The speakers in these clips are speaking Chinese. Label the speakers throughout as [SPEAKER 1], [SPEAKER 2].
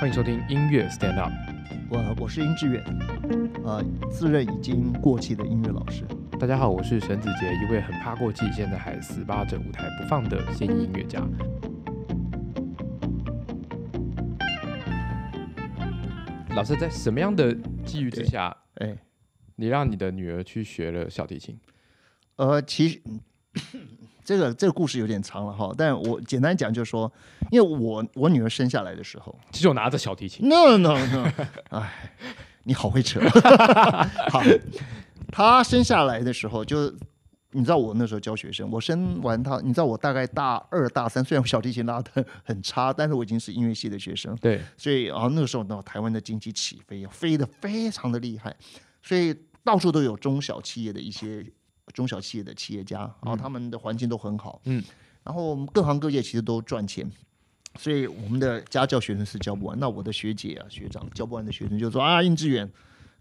[SPEAKER 1] 欢迎收听音乐 Stand Up。
[SPEAKER 2] 我我是殷志远，呃，自认已经过气的音乐老师。
[SPEAKER 1] 大家好，我是沈子杰，一位很怕过气，现在还死扒着舞台不放的现役音乐家。老师在什么样的机遇之下，
[SPEAKER 2] 哎，
[SPEAKER 1] 你让你的女儿去学了小提琴？
[SPEAKER 2] 呃，其实 这个这个故事有点长了哈，但我简单讲就是说，因为我我女儿生下来的时候
[SPEAKER 1] 其实我拿着小提琴，
[SPEAKER 2] ，no no no，哎， 你好会扯，好，她生下来的时候就。你知道我那时候教学生，我生完她，你知道我大概大二大三，虽然我小提琴拉的很差，但是我已经是音乐系的学生，
[SPEAKER 1] 对，
[SPEAKER 2] 所以啊，那个时候呢，台湾的经济起飞，飞得非常的厉害，所以到处都有中小企业的一些中小企业的企业家，然后他们的环境都很好，
[SPEAKER 1] 嗯，
[SPEAKER 2] 然后我们各行各业其实都赚钱。所以我们的家教学生是教不完，那我的学姐啊、学长教不完的学生就说啊，殷志远，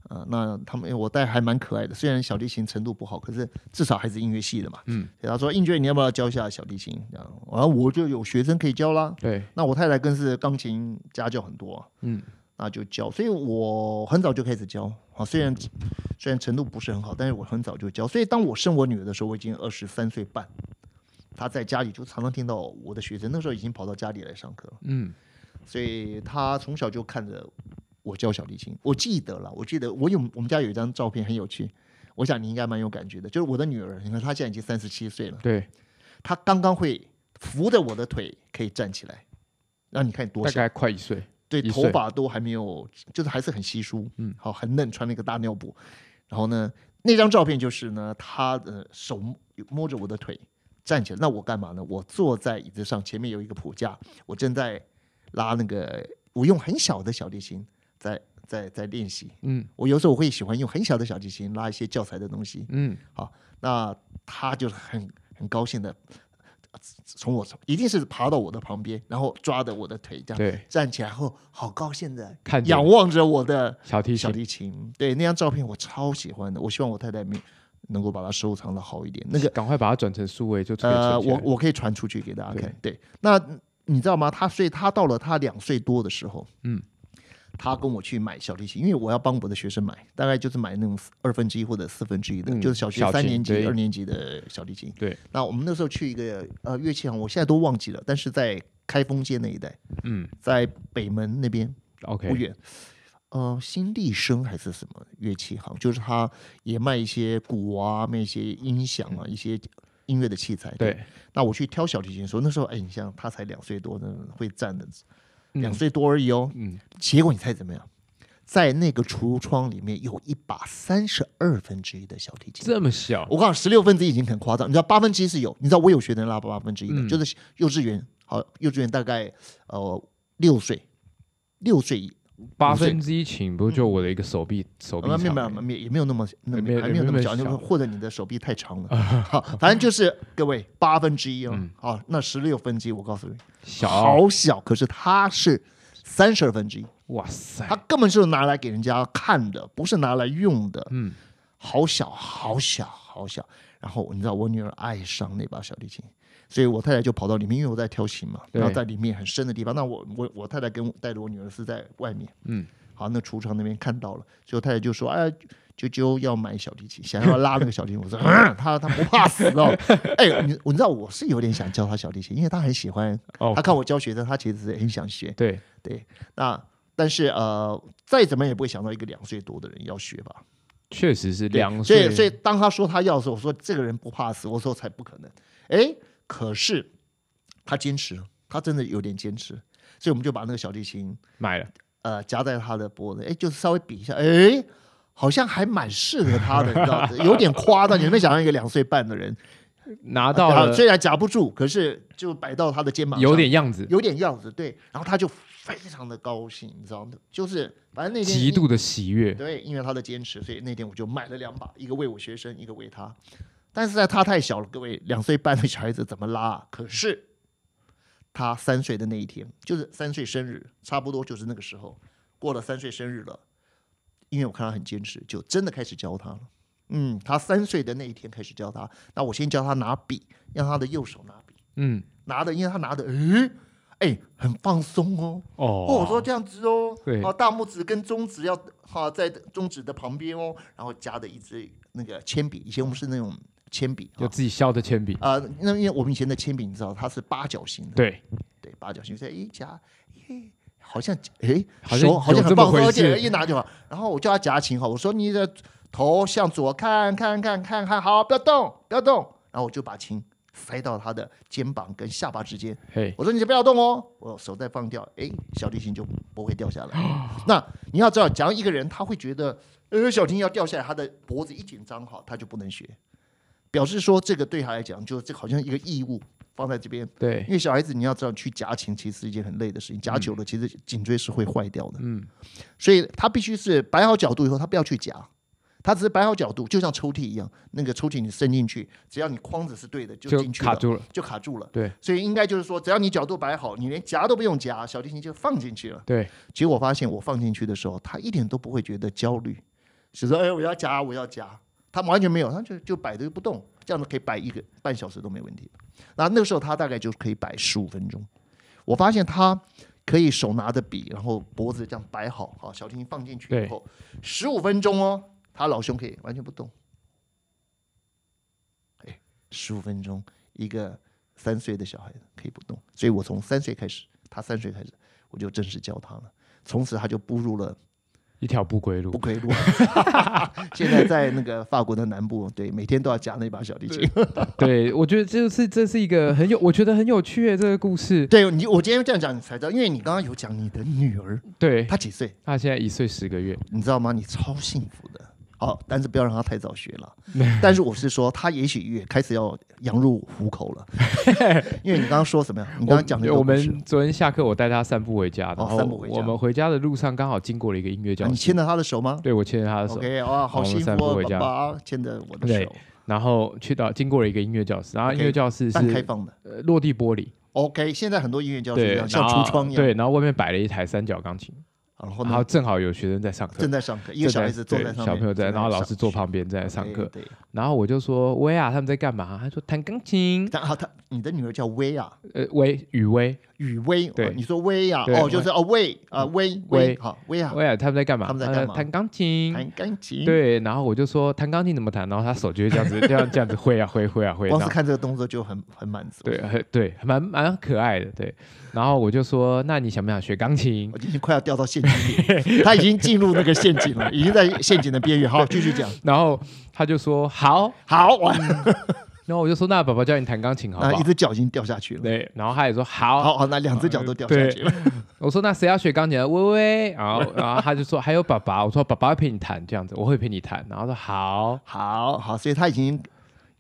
[SPEAKER 2] 呃，那他们我带还蛮可爱的，虽然小提琴程度不好，可是至少还是音乐系的嘛。
[SPEAKER 1] 嗯，
[SPEAKER 2] 所以他说，殷志远你要不要教一下小提琴？然后然后我就有学生可以教啦。
[SPEAKER 1] 对，
[SPEAKER 2] 那我太太更是钢琴家教很多啊、
[SPEAKER 1] 嗯，
[SPEAKER 2] 那就教，所以我很早就开始教啊，虽然虽然程度不是很好，但是我很早就教。所以当我生我女儿的时候，我已经二十三岁半，她在家里就常常听到我的学生，那时候已经跑到家里来上课了，
[SPEAKER 1] 嗯，
[SPEAKER 2] 所以她从小就看着我教小提琴。我记得了，我记得我有我们家有一张照片很有趣，我想你应该蛮有感觉的，就是我的女儿，你看她现在已经三十七岁了，
[SPEAKER 1] 对，
[SPEAKER 2] 她刚刚会扶着我的腿可以站起来，让你看多
[SPEAKER 1] 大
[SPEAKER 2] 小。
[SPEAKER 1] 概快一岁，
[SPEAKER 2] 对，
[SPEAKER 1] 一
[SPEAKER 2] 头
[SPEAKER 1] 岁
[SPEAKER 2] 发都还没有，就是还是很稀疏，
[SPEAKER 1] 嗯
[SPEAKER 2] 好，很嫩，穿了一个大尿布。然后呢，那张照片就是呢，他的手摸摸着我的腿站起来，那我干嘛呢？我坐在椅子上，前面有一个谱架，我正在拉那个，我用很小的小提琴在在在练习。
[SPEAKER 1] 嗯
[SPEAKER 2] 我有时候我会喜欢用很小的小提琴拉一些教材的东西，
[SPEAKER 1] 嗯，
[SPEAKER 2] 那他就是很很高兴的。从我一定是爬到我的旁边，然后抓着我的腿这样
[SPEAKER 1] 对，
[SPEAKER 2] 站起来后，好高兴的
[SPEAKER 1] 看着
[SPEAKER 2] 仰望着我的
[SPEAKER 1] 小提
[SPEAKER 2] 小
[SPEAKER 1] 琴，
[SPEAKER 2] 提琴。对，那张照片我超喜欢的，我希望我太太没能够把它收藏的好一点。那个
[SPEAKER 1] 赶快把它转成数位，就可以
[SPEAKER 2] 呃，
[SPEAKER 1] 存起来
[SPEAKER 2] 我我可以传出去给大家看
[SPEAKER 1] 对。
[SPEAKER 2] 对，那你知道吗？他所以他到了他两岁多的时候，
[SPEAKER 1] 嗯。
[SPEAKER 2] 他跟我去买小提琴，因为我要帮我的学生买，大概就是买那种二分之一或者四分之一的，
[SPEAKER 1] 嗯
[SPEAKER 2] 就是小学
[SPEAKER 1] 小
[SPEAKER 2] 三
[SPEAKER 1] 琴
[SPEAKER 2] 年级、
[SPEAKER 1] 对
[SPEAKER 2] 二年级的小提琴。
[SPEAKER 1] 对，
[SPEAKER 2] 那我们那时候去一个呃乐器行，我现在都忘记了，但是在开封街那一带，
[SPEAKER 1] 嗯
[SPEAKER 2] 在北门那边，不
[SPEAKER 1] ，OK，
[SPEAKER 2] 远，呃，新力声还是什么乐器行，就是他也卖一些鼓啊，卖一些音响啊，一些音乐的器材。，
[SPEAKER 1] 嗯对，
[SPEAKER 2] 那我去挑小提琴的时候，那时候哎，你像他才两岁多呢，会站的，
[SPEAKER 1] 嗯
[SPEAKER 2] 两岁多而已哦。
[SPEAKER 1] 嗯，
[SPEAKER 2] 结果你猜怎么样？在那个橱窗里面有一把三十二分之一的小提琴，
[SPEAKER 1] 这么小，
[SPEAKER 2] 我告诉你，十六分之一已经很夸张，你知道八分之一是有，你知道我有学生拉八分之一的，
[SPEAKER 1] 嗯
[SPEAKER 2] 就是幼稚园，好，幼稚园大概呃六岁，六岁以
[SPEAKER 1] 八
[SPEAKER 2] 五岁
[SPEAKER 1] 分之一琴不就我的一个手臂手臂
[SPEAKER 2] 嗯啊，没有
[SPEAKER 1] 长
[SPEAKER 2] 没有
[SPEAKER 1] 而已
[SPEAKER 2] 没有也没有那么那
[SPEAKER 1] 哎没有
[SPEAKER 2] 么还没有那么
[SPEAKER 1] 没有
[SPEAKER 2] 小，
[SPEAKER 1] 那么小
[SPEAKER 2] 就
[SPEAKER 1] 啊
[SPEAKER 2] 是或者你的手臂太长了，好，反正就是各位八分之一哦
[SPEAKER 1] 嗯，
[SPEAKER 2] 好，那十六分之一我告诉你，
[SPEAKER 1] 小
[SPEAKER 2] 好小，可是它是三十二分之一，
[SPEAKER 1] 哇塞
[SPEAKER 2] 它，根本就是拿来给人家看的，不是拿来用的，
[SPEAKER 1] 嗯，
[SPEAKER 2] 好小好小好小。然后你知道我女儿爱上那把小提琴，所以我太太就跑到里面，因为我在挑琴嘛，
[SPEAKER 1] 对
[SPEAKER 2] 然后在里面很深的地方。那我我我太太跟我带着我女儿是在外面，
[SPEAKER 1] 嗯，
[SPEAKER 2] 好，那橱窗那边看到了，所以我太太就说：“哎，啾啾要买小提琴，想要拉那个小提琴。”我说：“ 嗯，她她不怕死 哦。”哎，你我知道我是有点想教她小提琴，因为她很喜欢，
[SPEAKER 1] 哦
[SPEAKER 2] 她看我教学生，她其实很想学。
[SPEAKER 1] 对，
[SPEAKER 2] 对，那但是呃，再怎么也不会想到一个两岁多的人要学吧。
[SPEAKER 1] 确实是
[SPEAKER 2] 对
[SPEAKER 1] 两
[SPEAKER 2] 所
[SPEAKER 1] 岁，
[SPEAKER 2] 以，所以当他说他要的时候，我说这个人不怕死，我说才不可能。哎，可是他坚持，他真的有点坚持，所以我们就把那个小提琴
[SPEAKER 1] 买了，
[SPEAKER 2] 呃夹在他的脖子，哎，就是稍微比一下，哎，好像还蛮适合他的，你知道，有点夸张。你没想到一个两岁半的人，
[SPEAKER 1] 拿 到
[SPEAKER 2] 啊
[SPEAKER 1] 了，
[SPEAKER 2] 虽然夹不住，可是就摆到他的肩膀上，
[SPEAKER 1] 有点样子，
[SPEAKER 2] 有点样子，对。然后他就非常的高兴，你知道吗？就是反正那天
[SPEAKER 1] 极度的喜悦，
[SPEAKER 2] 对，因为他的坚持，所以那天我就买了两把，一个为我学生，一个为他。但是呢，他太小了，各位，两岁半的小孩子怎么拉、啊？可是他三岁的那一天，就是三岁生日，差不多就是那个时候，过了三岁生日了。因为我看他很坚持，就真的开始教他了。嗯，他三岁的那一天开始教他。那我先教他拿笔，让他的右手拿笔，
[SPEAKER 1] 嗯，
[SPEAKER 2] 拿的，因为他拿的，诶，哎，很放松哦。
[SPEAKER 1] 哦
[SPEAKER 2] 哦，我说这样子哦，
[SPEAKER 1] 对
[SPEAKER 2] 哦，大拇指跟中指要哈、在中指的旁边哦，然后夹着一支那个铅笔，以前我们是那种铅笔啊
[SPEAKER 1] 有，自己削的铅笔，
[SPEAKER 2] 啊、那因为我们以前的铅笔你知道它是八角形的，
[SPEAKER 1] 对，
[SPEAKER 2] 对，八角形，所以一夹，嘿，好像哎，
[SPEAKER 1] 好像
[SPEAKER 2] 手好像
[SPEAKER 1] 有这
[SPEAKER 2] 很
[SPEAKER 1] 么
[SPEAKER 2] 放松，
[SPEAKER 1] 回
[SPEAKER 2] 而且
[SPEAKER 1] 事
[SPEAKER 2] 一拿就好。然后我叫他夹琴哈，我说你的头向左看看看看看，好，不要动，不要动。然后我就把琴塞到他的肩膀跟下巴之间，
[SPEAKER 1] 嘿，
[SPEAKER 2] 我说你就不要动哦，我手再放掉，哎，小提琴就不会掉下来。那你要知道，假如一个人他会觉得，呃，小提琴要掉下来，他的脖子一紧张哈，他就不能学，表示说这个对他来讲，就这好像一个义务放在这边。
[SPEAKER 1] 对，
[SPEAKER 2] 因为小孩子你要知道，去夹琴其实是一件很累的事情，夹久了其实颈椎是会坏掉的。
[SPEAKER 1] 嗯，
[SPEAKER 2] 所以他必须是摆好角度以后，他不要去夹，他只是摆好角度，就像抽屉一样，那个抽屉你伸进去，只要你框子是对的，就
[SPEAKER 1] 就
[SPEAKER 2] 进去
[SPEAKER 1] 卡
[SPEAKER 2] 了。
[SPEAKER 1] 住了，
[SPEAKER 2] 就卡住了。
[SPEAKER 1] 对，
[SPEAKER 2] 所以应该就是说，只要你角度摆好，你连夹都不用夹，小提琴就放进去了。
[SPEAKER 1] 对，
[SPEAKER 2] 结果发现我放进去的时候，他一点都不会觉得焦虑，就说：“哎，我要夹，我要夹。”他完全没有，他就就摆着就不动，这样子可以摆一个半小时都没问题。那那个时候他大概就可以摆十五分钟。我发现他可以手拿着笔，然后脖子这样摆好，好，小提琴放进去以
[SPEAKER 1] 对
[SPEAKER 2] 后，十五分钟哦，他老兄可以完全不动。哎，十五分钟，一个三岁的小孩可以不动，所以我从三岁开始，他三岁开始，我就正式教他了。从此他就步入了
[SPEAKER 1] 一条不归
[SPEAKER 2] 不
[SPEAKER 1] 路，
[SPEAKER 2] 归路。 现在在那个法国的南部，对，每天都要夹那把小提琴。
[SPEAKER 1] 对，我觉得这是这是一个很有，我觉得很有趣的这个故事，
[SPEAKER 2] 对你，我今天这样讲你才知道，因为你刚刚有讲你的女儿，
[SPEAKER 1] 对，
[SPEAKER 2] 她几岁，
[SPEAKER 1] 他现在一岁十个月，
[SPEAKER 2] 你知道吗？你超幸福的。好，但是不要让她太早学 了。但是我是说，她也许也开始要羊入虎口了， 因为你刚刚说什么呀？你刚刚讲的
[SPEAKER 1] 我我们昨天下课，我带他散步回家，然
[SPEAKER 2] 哦
[SPEAKER 1] 后
[SPEAKER 2] 散步回家
[SPEAKER 1] 我们回家的路上刚好经过了一个音乐
[SPEAKER 2] 啊
[SPEAKER 1] 教
[SPEAKER 2] 你
[SPEAKER 1] 室，
[SPEAKER 2] 牵着她的手吗？
[SPEAKER 1] 对我牵着他的手，
[SPEAKER 2] OK，哇，好
[SPEAKER 1] 我们
[SPEAKER 2] 幸福
[SPEAKER 1] 散步
[SPEAKER 2] 哦
[SPEAKER 1] 回，
[SPEAKER 2] 爸
[SPEAKER 1] 家
[SPEAKER 2] 爸牵着我的
[SPEAKER 1] 对
[SPEAKER 2] 手，
[SPEAKER 1] 然后去到经过了一个音乐教室，然后
[SPEAKER 2] OK，
[SPEAKER 1] 音乐教室
[SPEAKER 2] 半开
[SPEAKER 1] 是
[SPEAKER 2] 放的。
[SPEAKER 1] 呃落地玻璃，
[SPEAKER 2] OK，现在很多音乐教室
[SPEAKER 1] 对，
[SPEAKER 2] 这
[SPEAKER 1] 然
[SPEAKER 2] 样，像橱
[SPEAKER 1] 后
[SPEAKER 2] 窗一样。
[SPEAKER 1] 对，然后外面摆了一台三角钢琴，
[SPEAKER 2] 然后
[SPEAKER 1] 然
[SPEAKER 2] 呢
[SPEAKER 1] 后，正好有学生在上课
[SPEAKER 2] 正。在上课，一
[SPEAKER 1] 正
[SPEAKER 2] 个小
[SPEAKER 1] 在
[SPEAKER 2] 孩子坐
[SPEAKER 1] 对
[SPEAKER 2] 在上面，
[SPEAKER 1] 小朋友在，
[SPEAKER 2] 正
[SPEAKER 1] 然后老
[SPEAKER 2] 上哎
[SPEAKER 1] 师坐旁边在上课，
[SPEAKER 2] 对，对
[SPEAKER 1] 然后我就说薇啊，他们在干嘛？他说弹钢琴，
[SPEAKER 2] 然啊后他你的女儿叫薇啊，
[SPEAKER 1] 呃，薇雨薇
[SPEAKER 2] 雨薇，哦
[SPEAKER 1] 对
[SPEAKER 2] 你说薇啊，
[SPEAKER 1] 对嗯
[SPEAKER 2] 哦，就是哦薇啊薇
[SPEAKER 1] 薇
[SPEAKER 2] 好薇啊，
[SPEAKER 1] 薇啊，他们在干嘛？
[SPEAKER 2] 他们在干嘛
[SPEAKER 1] 呃弹钢琴，
[SPEAKER 2] 弹钢琴，，
[SPEAKER 1] 对，然后我就说弹钢琴怎么弹，然后他手就会这样子，这样这样子挥啊挥挥啊挥，然
[SPEAKER 2] 光
[SPEAKER 1] 后
[SPEAKER 2] 是看这个动作就很很满足，
[SPEAKER 1] 对，很对，蛮蛮可爱的，对。然后我就说，那你想不想学钢琴
[SPEAKER 2] 我？已经快要掉到陷阱 里，他已经进入那个陷阱了，已经在陷阱的边缘。好，继续讲，
[SPEAKER 1] 然后他就说好，
[SPEAKER 2] 好，完，
[SPEAKER 1] 然后我就说那爸爸教你弹钢琴好不
[SPEAKER 2] 那一
[SPEAKER 1] 好？
[SPEAKER 2] 只脚已经掉下去了，
[SPEAKER 1] 对，嗯然后他也说好。
[SPEAKER 2] 好好，那两只脚都掉下去了，
[SPEAKER 1] 我说那谁要学钢琴啊？微微，然后然后他就说还有爸爸，我说爸爸会陪你弹这样子，我会陪你弹。然后他说好，
[SPEAKER 2] 好好，所以他已经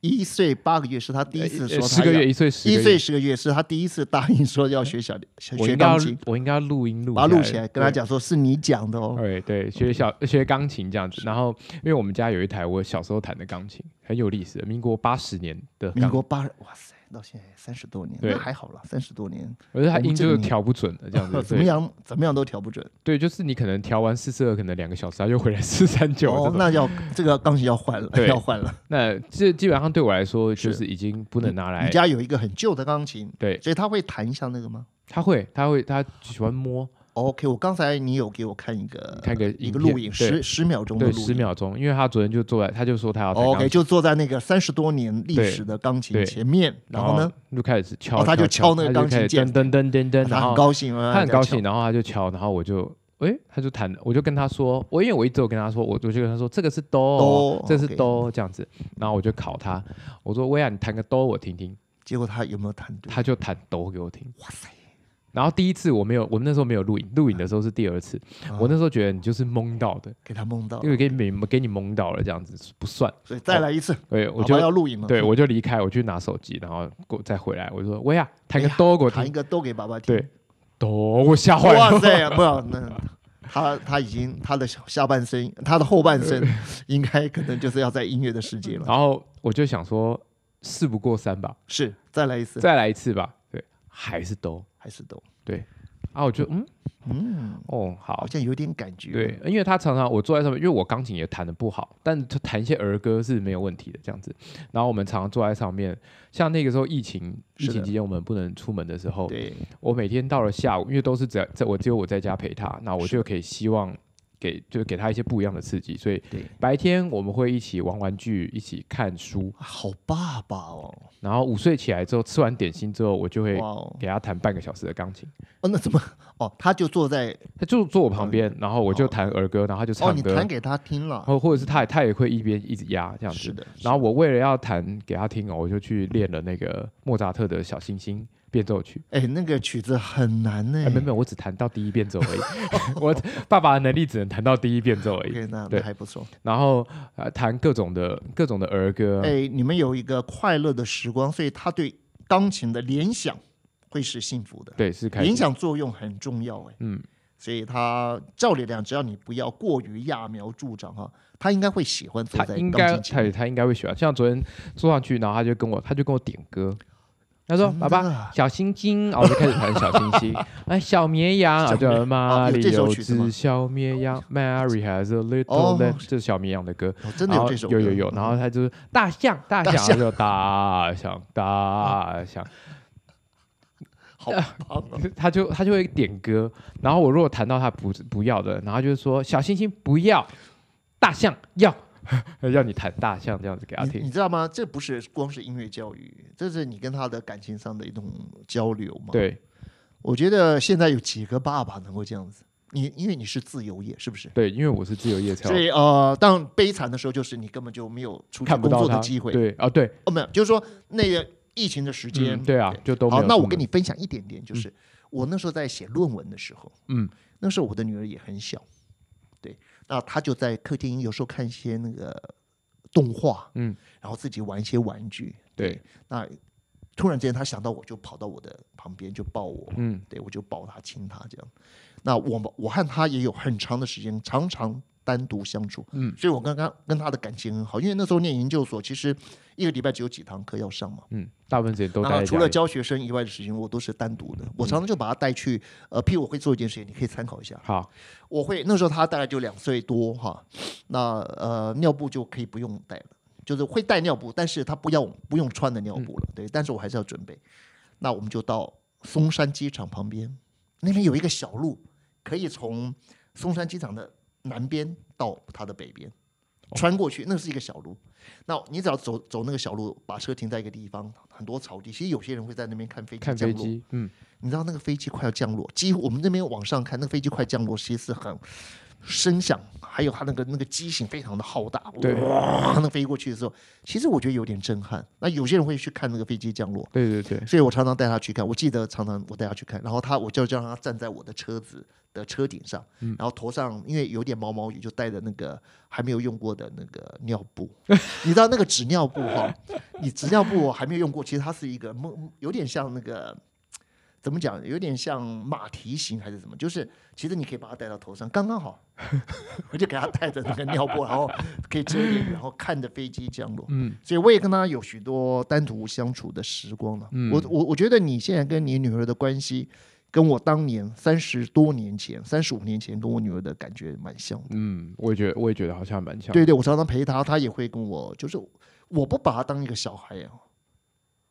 [SPEAKER 2] 一岁八个月，是他第一次
[SPEAKER 1] 呃
[SPEAKER 2] 说他
[SPEAKER 1] 十个
[SPEAKER 2] 要
[SPEAKER 1] 月一岁十个
[SPEAKER 2] 一
[SPEAKER 1] 月哎
[SPEAKER 2] 岁十个月是他第一次答应说要学小学
[SPEAKER 1] 我
[SPEAKER 2] 学
[SPEAKER 1] 应该要
[SPEAKER 2] 钢琴，
[SPEAKER 1] 我应该要录音录
[SPEAKER 2] 把它录起来，跟他
[SPEAKER 1] 对
[SPEAKER 2] 讲说是你讲的哦。
[SPEAKER 1] 对对，学小学钢琴这样子，然后因为我们家有一台我小时候弹的钢琴，很有历史的，民国八十年的钢琴
[SPEAKER 2] 民国八，哇塞，到现在三十多年，
[SPEAKER 1] 对
[SPEAKER 2] 那还好了，三十多年，
[SPEAKER 1] 我觉得它
[SPEAKER 2] 我们
[SPEAKER 1] 音
[SPEAKER 2] 这
[SPEAKER 1] 就是
[SPEAKER 2] 里
[SPEAKER 1] 调不准的这样子，
[SPEAKER 2] 怎么
[SPEAKER 1] 对
[SPEAKER 2] 样怎么样都调不准。
[SPEAKER 1] 对，就是你可能调完四四二，可能两个小时，它又回来四三九
[SPEAKER 2] 哦，那要这个钢琴要 换了，
[SPEAKER 1] 对
[SPEAKER 2] 要换了。
[SPEAKER 1] 那这基本上对我来说就是是已经不能拿来
[SPEAKER 2] 你。家有一个很旧的钢琴，
[SPEAKER 1] 对，
[SPEAKER 2] 所以他会弹像那个吗哦
[SPEAKER 1] 他会，他会，他喜欢摸，
[SPEAKER 2] ？OK，我刚才你有给我看一个
[SPEAKER 1] 看个
[SPEAKER 2] 一个
[SPEAKER 1] 影片
[SPEAKER 2] 录影，
[SPEAKER 1] 对
[SPEAKER 2] 十十秒钟的
[SPEAKER 1] 对，
[SPEAKER 2] 录影，哦
[SPEAKER 1] 十秒钟，因为他昨天就坐在，他就说他要弹钢
[SPEAKER 2] OK，
[SPEAKER 1] 琴，
[SPEAKER 2] 就坐在那个三十多年历
[SPEAKER 1] 对
[SPEAKER 2] 史的钢琴
[SPEAKER 1] 对
[SPEAKER 2] 前面，然后呢，
[SPEAKER 1] 就开始敲，
[SPEAKER 2] 哦他就敲那个
[SPEAKER 1] 他就
[SPEAKER 2] 钢琴
[SPEAKER 1] 开始
[SPEAKER 2] 键
[SPEAKER 1] 噔噔噔噔噔，
[SPEAKER 2] 他
[SPEAKER 1] 然
[SPEAKER 2] 很
[SPEAKER 1] 后
[SPEAKER 2] 高兴啊，
[SPEAKER 1] 他很
[SPEAKER 2] 在敲
[SPEAKER 1] 高兴，，然后他就敲，然后我就。诶，他就弹，我就跟他说，我因为我一直有跟他说，我我就跟他说这个是哆哦，
[SPEAKER 2] 哆
[SPEAKER 1] 这是
[SPEAKER 2] OK
[SPEAKER 1] 哆这样子，然后我就考他，我说薇啊娅你弹个哆我听听，
[SPEAKER 2] 结果他有没有弹对？
[SPEAKER 1] 他就弹抖给我听。
[SPEAKER 2] 哇塞，
[SPEAKER 1] 然后第一次我没有，我们那时候没有录影，录影的时候是第二次。我那时候觉得你就是蒙到的，
[SPEAKER 2] 啊给他梦到
[SPEAKER 1] 因，为给你给你蒙到了，这样子不算。
[SPEAKER 2] 所以再来一次，
[SPEAKER 1] 对，我
[SPEAKER 2] 好吧
[SPEAKER 1] 就
[SPEAKER 2] 要录影了，
[SPEAKER 1] 对我就离开，我去拿手机，然后过再回来，我就说喂呀，弹个哆给我
[SPEAKER 2] 哎弹一
[SPEAKER 1] 听。
[SPEAKER 2] 个都给爸爸听。
[SPEAKER 1] 对，哆，我吓坏
[SPEAKER 2] 哇
[SPEAKER 1] 了。
[SPEAKER 2] 塞，不，那他他已经他的下下半身，他的后半身应该可能就是要在音乐的世 界了。
[SPEAKER 1] 然后我就想说，事不过三吧，
[SPEAKER 2] 是，再来一次，
[SPEAKER 1] 再来一次吧。对，还是哆。
[SPEAKER 2] 还是都
[SPEAKER 1] 对，啊，我就嗯
[SPEAKER 2] 嗯，
[SPEAKER 1] 哦好
[SPEAKER 2] 好，像有点感觉。
[SPEAKER 1] 对，因为他常常我坐在上面，因为我钢琴也弹的不好，但他弹一些儿歌是没有问题的这样子。然后我们常常坐在上面，像那个时候疫情疫
[SPEAKER 2] 是的
[SPEAKER 1] 情期间我们不能出门的时候，
[SPEAKER 2] 对，
[SPEAKER 1] 我每天到了下午，因为都是在在我只有我在家陪他，那我
[SPEAKER 2] 是
[SPEAKER 1] 就可以希望给就给他一些不一样的刺激。所以
[SPEAKER 2] 对
[SPEAKER 1] 白天我们会一起玩玩具，一起看书，
[SPEAKER 2] 好爸爸哦，
[SPEAKER 1] 然后午睡起来之后吃完点心之后，我就会
[SPEAKER 2] 哇哦，
[SPEAKER 1] 给他弹半个小时的钢琴。
[SPEAKER 2] 哦那怎么哦？他就坐在
[SPEAKER 1] 他就坐我旁边，然后我就弹儿歌，然后他就
[SPEAKER 2] 嗯哦，
[SPEAKER 1] 唱
[SPEAKER 2] 你
[SPEAKER 1] 歌，
[SPEAKER 2] 弹给他听了，
[SPEAKER 1] 或或者是他也他也会一边一直压这样
[SPEAKER 2] 是
[SPEAKER 1] 子。
[SPEAKER 2] 的，
[SPEAKER 1] 然后我为了要弹给他听哦，我就去练了那个莫扎特的小星星变奏曲。
[SPEAKER 2] 哎，那个曲子很难呢
[SPEAKER 1] 哎，。没有没有，我只弹到第一变奏而已。 我爸爸的能力只能弹到第一变奏而已。
[SPEAKER 2] OK，那
[SPEAKER 1] 对
[SPEAKER 2] 那还不错。
[SPEAKER 1] 然后呃，弹各种的各种的儿歌。
[SPEAKER 2] 哎，你们有一个快乐的时光，所以他对钢琴的联想会是幸福的，
[SPEAKER 1] 对，是开
[SPEAKER 2] 联
[SPEAKER 1] 心。
[SPEAKER 2] 想作用很重要。哎，
[SPEAKER 1] 嗯，
[SPEAKER 2] 所以他照理讲，只要你不要过于揠苗助长哈，他应该会喜欢坐
[SPEAKER 1] 他
[SPEAKER 2] 在
[SPEAKER 1] 应
[SPEAKER 2] 钢
[SPEAKER 1] 该
[SPEAKER 2] 琴
[SPEAKER 1] 他
[SPEAKER 2] 前
[SPEAKER 1] 也
[SPEAKER 2] 面。
[SPEAKER 1] 他应该会喜欢。像昨天坐上去，然后他就跟我他就跟我点歌，他说：“
[SPEAKER 2] 真
[SPEAKER 1] 爸
[SPEAKER 2] 的
[SPEAKER 1] 爸，
[SPEAKER 2] 啊
[SPEAKER 1] 小星星，哦，我就开始弹小星 星，哎，小绵羊，啊，
[SPEAKER 2] 小绵
[SPEAKER 1] 叫
[SPEAKER 2] 羊
[SPEAKER 1] 马
[SPEAKER 2] 有
[SPEAKER 1] 里
[SPEAKER 2] 这首
[SPEAKER 1] 有
[SPEAKER 2] 曲子吗
[SPEAKER 1] 只小绵羊，Mary has a little
[SPEAKER 2] 哦
[SPEAKER 1] lamb，这是小绵羊的歌，
[SPEAKER 2] 哦真
[SPEAKER 1] 然
[SPEAKER 2] 的有
[SPEAKER 1] 后
[SPEAKER 2] 这首歌，嗯
[SPEAKER 1] 有有有，然后他就是大象，大
[SPEAKER 2] 大
[SPEAKER 1] 象，
[SPEAKER 2] 象
[SPEAKER 1] 就大象，大象，
[SPEAKER 2] 好棒啊！
[SPEAKER 1] 他就他就会点歌，然后我如果弹到他不不要的，然后他就说小星星不要，大象要，要你弹大象这样子给他
[SPEAKER 2] 你
[SPEAKER 1] 听
[SPEAKER 2] 你，知道吗？这不是光是音乐教育，这是你跟他的感情上的一种交流嘛。，
[SPEAKER 1] 对
[SPEAKER 2] 我觉得现在有几个爸爸能够这样子。你因为你是自由业，是不是？
[SPEAKER 1] 对，因为我是自由业才
[SPEAKER 2] 所
[SPEAKER 1] 有
[SPEAKER 2] 以呃，当悲惨的时候，就是你根本就没有出去
[SPEAKER 1] 看不
[SPEAKER 2] 工
[SPEAKER 1] 到
[SPEAKER 2] 作
[SPEAKER 1] 他
[SPEAKER 2] 的机会。
[SPEAKER 1] 对啊对，
[SPEAKER 2] 哦，没有，就是说那个疫情的时间。
[SPEAKER 1] 嗯对啊，就都没
[SPEAKER 2] 好，
[SPEAKER 1] 有
[SPEAKER 2] 那
[SPEAKER 1] 出
[SPEAKER 2] 我跟
[SPEAKER 1] 门
[SPEAKER 2] 你分享一点点，就是、我那时候在写论文的时候，
[SPEAKER 1] 嗯，
[SPEAKER 2] 那时候我的女儿也很小，对，那她就在客厅，有时候看一些那个动画，
[SPEAKER 1] 嗯，
[SPEAKER 2] 然后自己玩一些玩具，
[SPEAKER 1] 对，
[SPEAKER 2] 那突然之间她想到我，就跑到我的旁边就抱我，
[SPEAKER 1] 嗯。
[SPEAKER 2] 对我就抱她亲她这样。那我们我和她也有很长的时间，常常单独相处，
[SPEAKER 1] 嗯，
[SPEAKER 2] 所以我刚刚跟她的感情很好，因为那时候念研究所，其实一个礼拜只有几堂课要上嘛。
[SPEAKER 1] 嗯，大部分时间都
[SPEAKER 2] 那
[SPEAKER 1] 待在
[SPEAKER 2] 除
[SPEAKER 1] 家
[SPEAKER 2] 了
[SPEAKER 1] 里。
[SPEAKER 2] 教学生以外的事情，我都是单独的。我常常就把她带去，呃，譬如我会做一件事情，你可以参考一下。
[SPEAKER 1] 好，
[SPEAKER 2] 我会那时候他大概就两岁多哈，那呃尿布就可以不用带了，就是会带尿布，但是他不要不用穿的尿布
[SPEAKER 1] 嗯
[SPEAKER 2] 了，对，但是我还是要准备。那我们就到松山机场旁边，那边有一个小路，可以从松山机场的南边到它的北边，
[SPEAKER 1] 哦
[SPEAKER 2] 穿过去，那是一个小路。那你只要走走那个小路，把车停在一个地方，很多草地，其实有些人会在那边看飞机
[SPEAKER 1] 看
[SPEAKER 2] 降
[SPEAKER 1] 飞
[SPEAKER 2] 落。
[SPEAKER 1] 机，嗯，
[SPEAKER 2] 你知道那个飞机快要降落，几乎我们这边往上看，那个飞机快降落，其实是很声响，还有它那个那个机型非常的浩大，
[SPEAKER 1] 对
[SPEAKER 2] 哇，那飞过去的时候，其实我觉得有点震撼。那有些人会去看那个飞机降落，
[SPEAKER 1] 对对对，
[SPEAKER 2] 所以我常常带他去看。我记得常常我带他去看，然后他我就让他站在我的车子的车顶上，然后头上因为有点毛毛雨，就带着那个还没有用过的那个尿布。 你知道那个纸尿布哈，你纸尿布还没有用过，其实它是一个梦，有点像那个。怎么讲？有点像马蹄形还是什么？就是其实你可以把它戴到头上，刚刚好。 我就给他带着那个尿布，然后可以遮掩，然后看着飞机降落。
[SPEAKER 1] 嗯，
[SPEAKER 2] 所以我也跟他有许多单独相处的时光了。我我我觉得你现在跟你女儿的关系，跟我当年三十多年前、三十五年前跟我女儿的感觉蛮像的。
[SPEAKER 1] 嗯，我也觉得，我也觉得好像蛮像。
[SPEAKER 2] 对对，我常常陪她，她也会跟我，就是我不把她当一个小孩啊。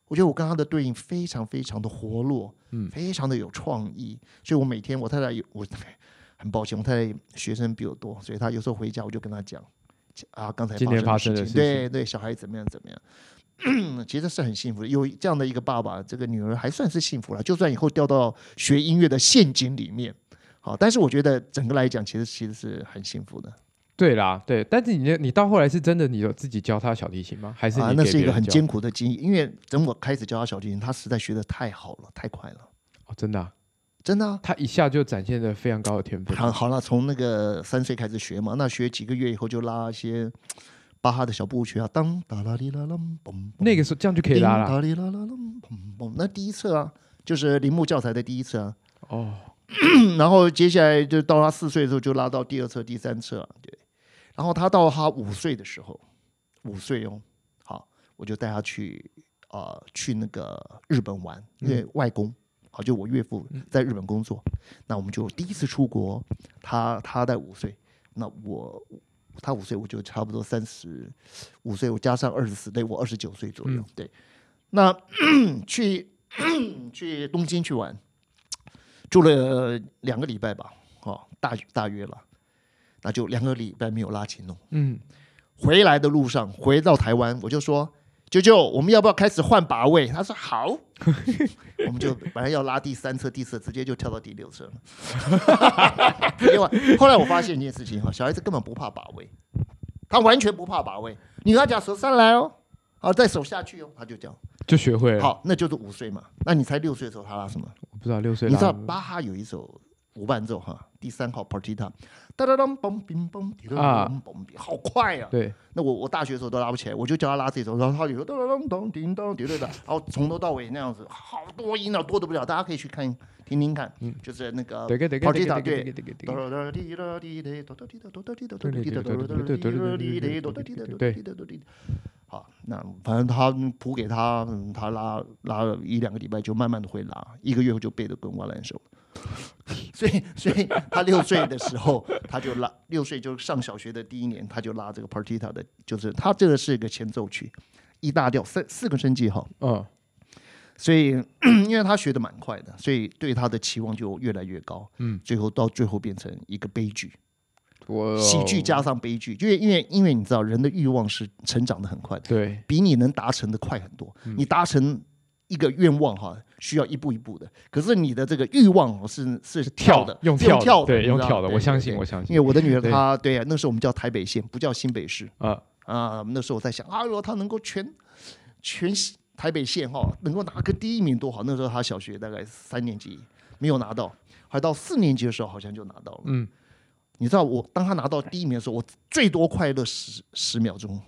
[SPEAKER 2] 我觉得我跟她的对应非常非常的活络，
[SPEAKER 1] 嗯
[SPEAKER 2] 非常的有创意，所以我每天我太太有我很抱歉，我太太学生比我多，所以她有时候回家我就跟她讲啊，刚才
[SPEAKER 1] 今天发生
[SPEAKER 2] 生
[SPEAKER 1] 的
[SPEAKER 2] 的
[SPEAKER 1] 事情
[SPEAKER 2] 对对，小孩怎么样怎么样。其实是很幸福的，有这样的一个爸爸，这个女儿还算是幸福了。就算以后掉到学音乐的陷阱里面，好，但是我觉得整个来讲，其实其实是很幸福的。
[SPEAKER 1] 对啦，对，但是你那你到后来是真的你有自己教他小提琴吗？还是
[SPEAKER 2] 啊
[SPEAKER 1] 你，
[SPEAKER 2] 那
[SPEAKER 1] 给
[SPEAKER 2] 是一
[SPEAKER 1] 别
[SPEAKER 2] 个
[SPEAKER 1] 人
[SPEAKER 2] 很
[SPEAKER 1] 教
[SPEAKER 2] 艰苦的经历，因为等我开始教他小提琴，他实在学的太好了，太快了，
[SPEAKER 1] 哦，真的啊，
[SPEAKER 2] 真的、啊。
[SPEAKER 1] 他一下就展现了非常高的天分。
[SPEAKER 2] 好，好了，从那个三岁开始学嘛，那学几个月以后就拉一些巴哈的小步曲啊，当哒啦哩啦啦，嘣，
[SPEAKER 1] 那个时候这样就可以拉
[SPEAKER 2] 啦，
[SPEAKER 1] 了。
[SPEAKER 2] 哒哩啦啦啦，嘣嘣，那第一次啊，就是铃木教材的第一次啊，
[SPEAKER 1] 哦，
[SPEAKER 2] 然后接下来就到他四岁的时候就拉到第二册、第三册，对。然后他到他五岁的时候，五岁哦，好，我就带他去呃去那个日本玩，因为外公、好，就我岳父在日本工作，那我们就第一次出国，他他在五岁，那我他五岁，我就差不多三十五岁，我加上二十四，对我二十九岁左右，对，那 去 去东京去玩，住了两个礼拜吧，哦，大大约了，那就两个礼拜没有拉琴了。
[SPEAKER 1] 嗯，
[SPEAKER 2] 回来的路上，回到台湾，我就说：“舅舅，我们要不要开始换把位？”他说：“好。”我们就本来要拉第三车、第四车，直接就跳到第六车 了。结果后来我发现一件事情哈，小孩子根本不怕把位，他完全不怕把位。你跟他讲手上来哦，好，再手下去哦，他就这样。
[SPEAKER 1] 就学会了。
[SPEAKER 2] 好，那就是五岁嘛。那你才六岁的时候，他拉什么？
[SPEAKER 1] 我不知道六岁
[SPEAKER 2] 你
[SPEAKER 1] 啦
[SPEAKER 2] 知道巴哈有一首无伴奏哈，第三号 Partita，哒哒当嘣嘣嘣，滴
[SPEAKER 1] 啊
[SPEAKER 2] 咚嘣嘣，好快啊！
[SPEAKER 1] 对，
[SPEAKER 2] 那我我大学的时候都拉不起来，我就教他拉这首，然后他有时候咚咚咚叮咚叮咚的，然后从头到尾那样子，好多音啊，多得不了。大家可以去看听听看，就是那个
[SPEAKER 1] 得给得给得
[SPEAKER 2] Partita
[SPEAKER 1] 给得
[SPEAKER 2] 对。
[SPEAKER 1] 给得给得
[SPEAKER 2] 哒
[SPEAKER 1] 给。
[SPEAKER 2] 哒哒滴哒滴滴哒哒滴哒哒哒滴哒
[SPEAKER 1] 对
[SPEAKER 2] 哒
[SPEAKER 1] 对
[SPEAKER 2] 滴
[SPEAKER 1] 对
[SPEAKER 2] 哒
[SPEAKER 1] 对对
[SPEAKER 2] 哒哒
[SPEAKER 1] 对
[SPEAKER 2] 滴
[SPEAKER 1] 对对
[SPEAKER 2] 哒
[SPEAKER 1] 对
[SPEAKER 2] 滴
[SPEAKER 1] 对
[SPEAKER 2] 滴
[SPEAKER 1] 对
[SPEAKER 2] 哒
[SPEAKER 1] 对
[SPEAKER 2] 哒滴哒哒
[SPEAKER 1] 对
[SPEAKER 2] 滴哒哒滴。好，那反正他谱给他，嗯他拉拉了一两个礼拜，就慢慢的会拉，一个月后就背得滚瓜烂熟了。所以，所以他六岁的时候，他就拉六岁就上小学的第一年，他就拉这个 partita 的，就是他这个是一个前奏曲，E 大调四四个升记号，
[SPEAKER 1] 嗯，
[SPEAKER 2] 所以因为他学的蛮快的，所以对他的期望就越来越高。
[SPEAKER 1] 嗯，
[SPEAKER 2] 最后到最后变成一个悲剧。
[SPEAKER 1] 我
[SPEAKER 2] 喜剧加上悲剧，因为因为因为你知道人的欲望是成长的很快的，
[SPEAKER 1] 对
[SPEAKER 2] 比你能达成的快很多。
[SPEAKER 1] 嗯
[SPEAKER 2] 你达成一个愿望哈，需要一步一步的，可是你的这个欲望是是跳的，
[SPEAKER 1] 用
[SPEAKER 2] 是跳
[SPEAKER 1] 跳的
[SPEAKER 2] 的，
[SPEAKER 1] 对用
[SPEAKER 2] 你知道
[SPEAKER 1] 跳的，
[SPEAKER 2] 对
[SPEAKER 1] 我
[SPEAKER 2] 对
[SPEAKER 1] 相信
[SPEAKER 2] 对
[SPEAKER 1] 我相
[SPEAKER 2] 因
[SPEAKER 1] 信
[SPEAKER 2] 为我的女儿
[SPEAKER 1] 对
[SPEAKER 2] 她对啊，那时候我们叫台北县，不叫新北市
[SPEAKER 1] 啊，
[SPEAKER 2] 啊、那时候我在想，哎呦，她能够全全台北县哈，能够拿个第一名多好。那时候她小学大概三年级没有拿到，还到四年级的时候好像就拿到了。
[SPEAKER 1] 嗯，
[SPEAKER 2] 你知道我当他拿到第一名的时候，我最多快乐十十秒钟，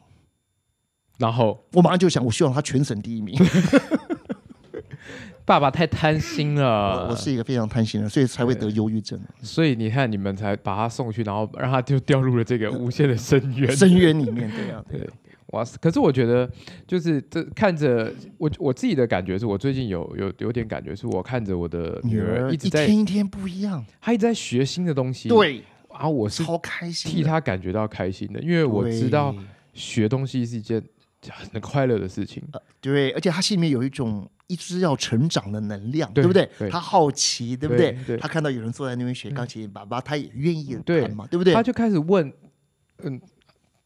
[SPEAKER 1] 然后
[SPEAKER 2] 我马上就想，我希望他全省第一名。
[SPEAKER 1] 爸爸太贪心
[SPEAKER 2] 我
[SPEAKER 1] 了，
[SPEAKER 2] 我是一个非常贪心的人，所以才会得忧郁 症，
[SPEAKER 1] 所以你看你们才把他送去，然后让他就掉入了这个无限的深渊。
[SPEAKER 2] 深渊里面对啊，
[SPEAKER 1] 对，哇塞！可是我觉得，就是这看着我我自己的感觉是，我最近有有有点感觉，是我看着我的
[SPEAKER 2] 女
[SPEAKER 1] 女
[SPEAKER 2] 儿
[SPEAKER 1] 儿
[SPEAKER 2] 一
[SPEAKER 1] 一直在，
[SPEAKER 2] 天一天不一样，
[SPEAKER 1] 她一直在学新的东西。，
[SPEAKER 2] 对，
[SPEAKER 1] 啊，我是
[SPEAKER 2] 超开心的，
[SPEAKER 1] 替她感觉到开心的，因为我知道
[SPEAKER 2] 对
[SPEAKER 1] 学东西是一件很快乐的事情。
[SPEAKER 2] 呃对，而且他心里面有一种一直要成长的能量，
[SPEAKER 1] 对
[SPEAKER 2] 不对？
[SPEAKER 1] 对
[SPEAKER 2] 他好奇，对不
[SPEAKER 1] 对
[SPEAKER 2] 对？
[SPEAKER 1] 对
[SPEAKER 2] 他看到有人坐在那边学钢琴，爸爸他也愿意
[SPEAKER 1] 对
[SPEAKER 2] 弹嘛，对不对
[SPEAKER 1] 嗯他？就开始问，嗯，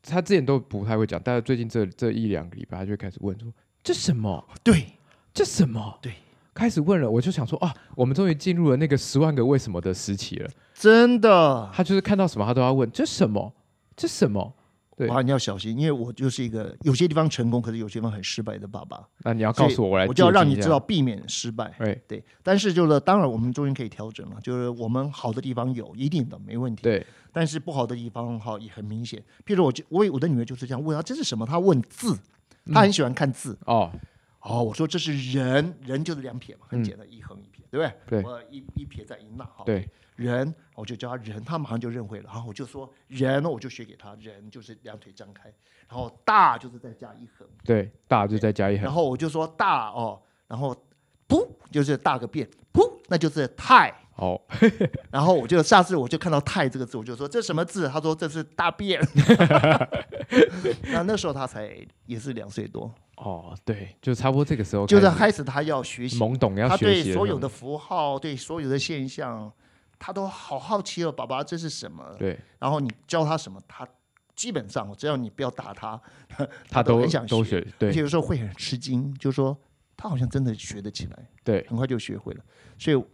[SPEAKER 1] 他之前都不太会讲，但是最近这这一两个礼拜，他就开始问说：“这什么？
[SPEAKER 2] 对，
[SPEAKER 1] 这什么？”
[SPEAKER 2] 对。
[SPEAKER 1] 开始问了，我就想说啊，我们终于进入了那个十万个为什么的时期了。
[SPEAKER 2] 真的，
[SPEAKER 1] 他就是看到什么他都要问，这什么？这什么？对
[SPEAKER 2] 哇，你要小心，因为我就是一个有些地方成功，可是有些地方很失败的爸爸。
[SPEAKER 1] 那你要告诉我，我来
[SPEAKER 2] 我就要
[SPEAKER 1] 借
[SPEAKER 2] 让
[SPEAKER 1] 鉴
[SPEAKER 2] 你
[SPEAKER 1] 一
[SPEAKER 2] 知
[SPEAKER 1] 下
[SPEAKER 2] 道。避免失败。
[SPEAKER 1] 哎，
[SPEAKER 2] 对，但是就是当然，我们终于可以调整了，就是我们好的地方有一定的没问题，
[SPEAKER 1] 对，
[SPEAKER 2] 但是不好的地方哈也很明显。譬如我就我我的女儿就是这样问啊，这是什么？她问字，
[SPEAKER 1] 嗯
[SPEAKER 2] 她很喜欢看字。
[SPEAKER 1] 哦，
[SPEAKER 2] 哦，我说这是人，人就是两撇嘛，很简单，一横一撇，对不对？
[SPEAKER 1] 嗯对
[SPEAKER 2] 我一一撇再一捺哈。
[SPEAKER 1] 对，
[SPEAKER 2] 人，我就教他人，他马上就认会了。然后我就说人，我就学给他，人就是两腿张开，然后大就是再加一横，
[SPEAKER 1] 对，大就再加一横
[SPEAKER 2] 然，后我就说大哦，然后噗就是大个变，噗那就是太。
[SPEAKER 1] 哦，
[SPEAKER 2] 然后我就下次我就看到太这个字，我就说这什么字？他说这是大 便。那那时候他才也是两岁多，
[SPEAKER 1] 哦，对，就差不多这个时候
[SPEAKER 2] 就是
[SPEAKER 1] 开
[SPEAKER 2] 开始他要学
[SPEAKER 1] 始
[SPEAKER 2] 习
[SPEAKER 1] 懵懂要
[SPEAKER 2] 他
[SPEAKER 1] 学
[SPEAKER 2] 对
[SPEAKER 1] 习
[SPEAKER 2] 所
[SPEAKER 1] 时
[SPEAKER 2] 有
[SPEAKER 1] 候
[SPEAKER 2] 的符号，对所有的现象，他都好好奇哦，爸爸这是什么？
[SPEAKER 1] 对，
[SPEAKER 2] 然后你教他什么，他基本上哦只要你不要打他，
[SPEAKER 1] 他
[SPEAKER 2] 都
[SPEAKER 1] 都
[SPEAKER 2] 很想
[SPEAKER 1] 都
[SPEAKER 2] 学
[SPEAKER 1] 学，
[SPEAKER 2] 而且
[SPEAKER 1] 对
[SPEAKER 2] 有时候会很吃惊，就说他好像真的学得起来，
[SPEAKER 1] 对，
[SPEAKER 2] 很快就学会了。所以，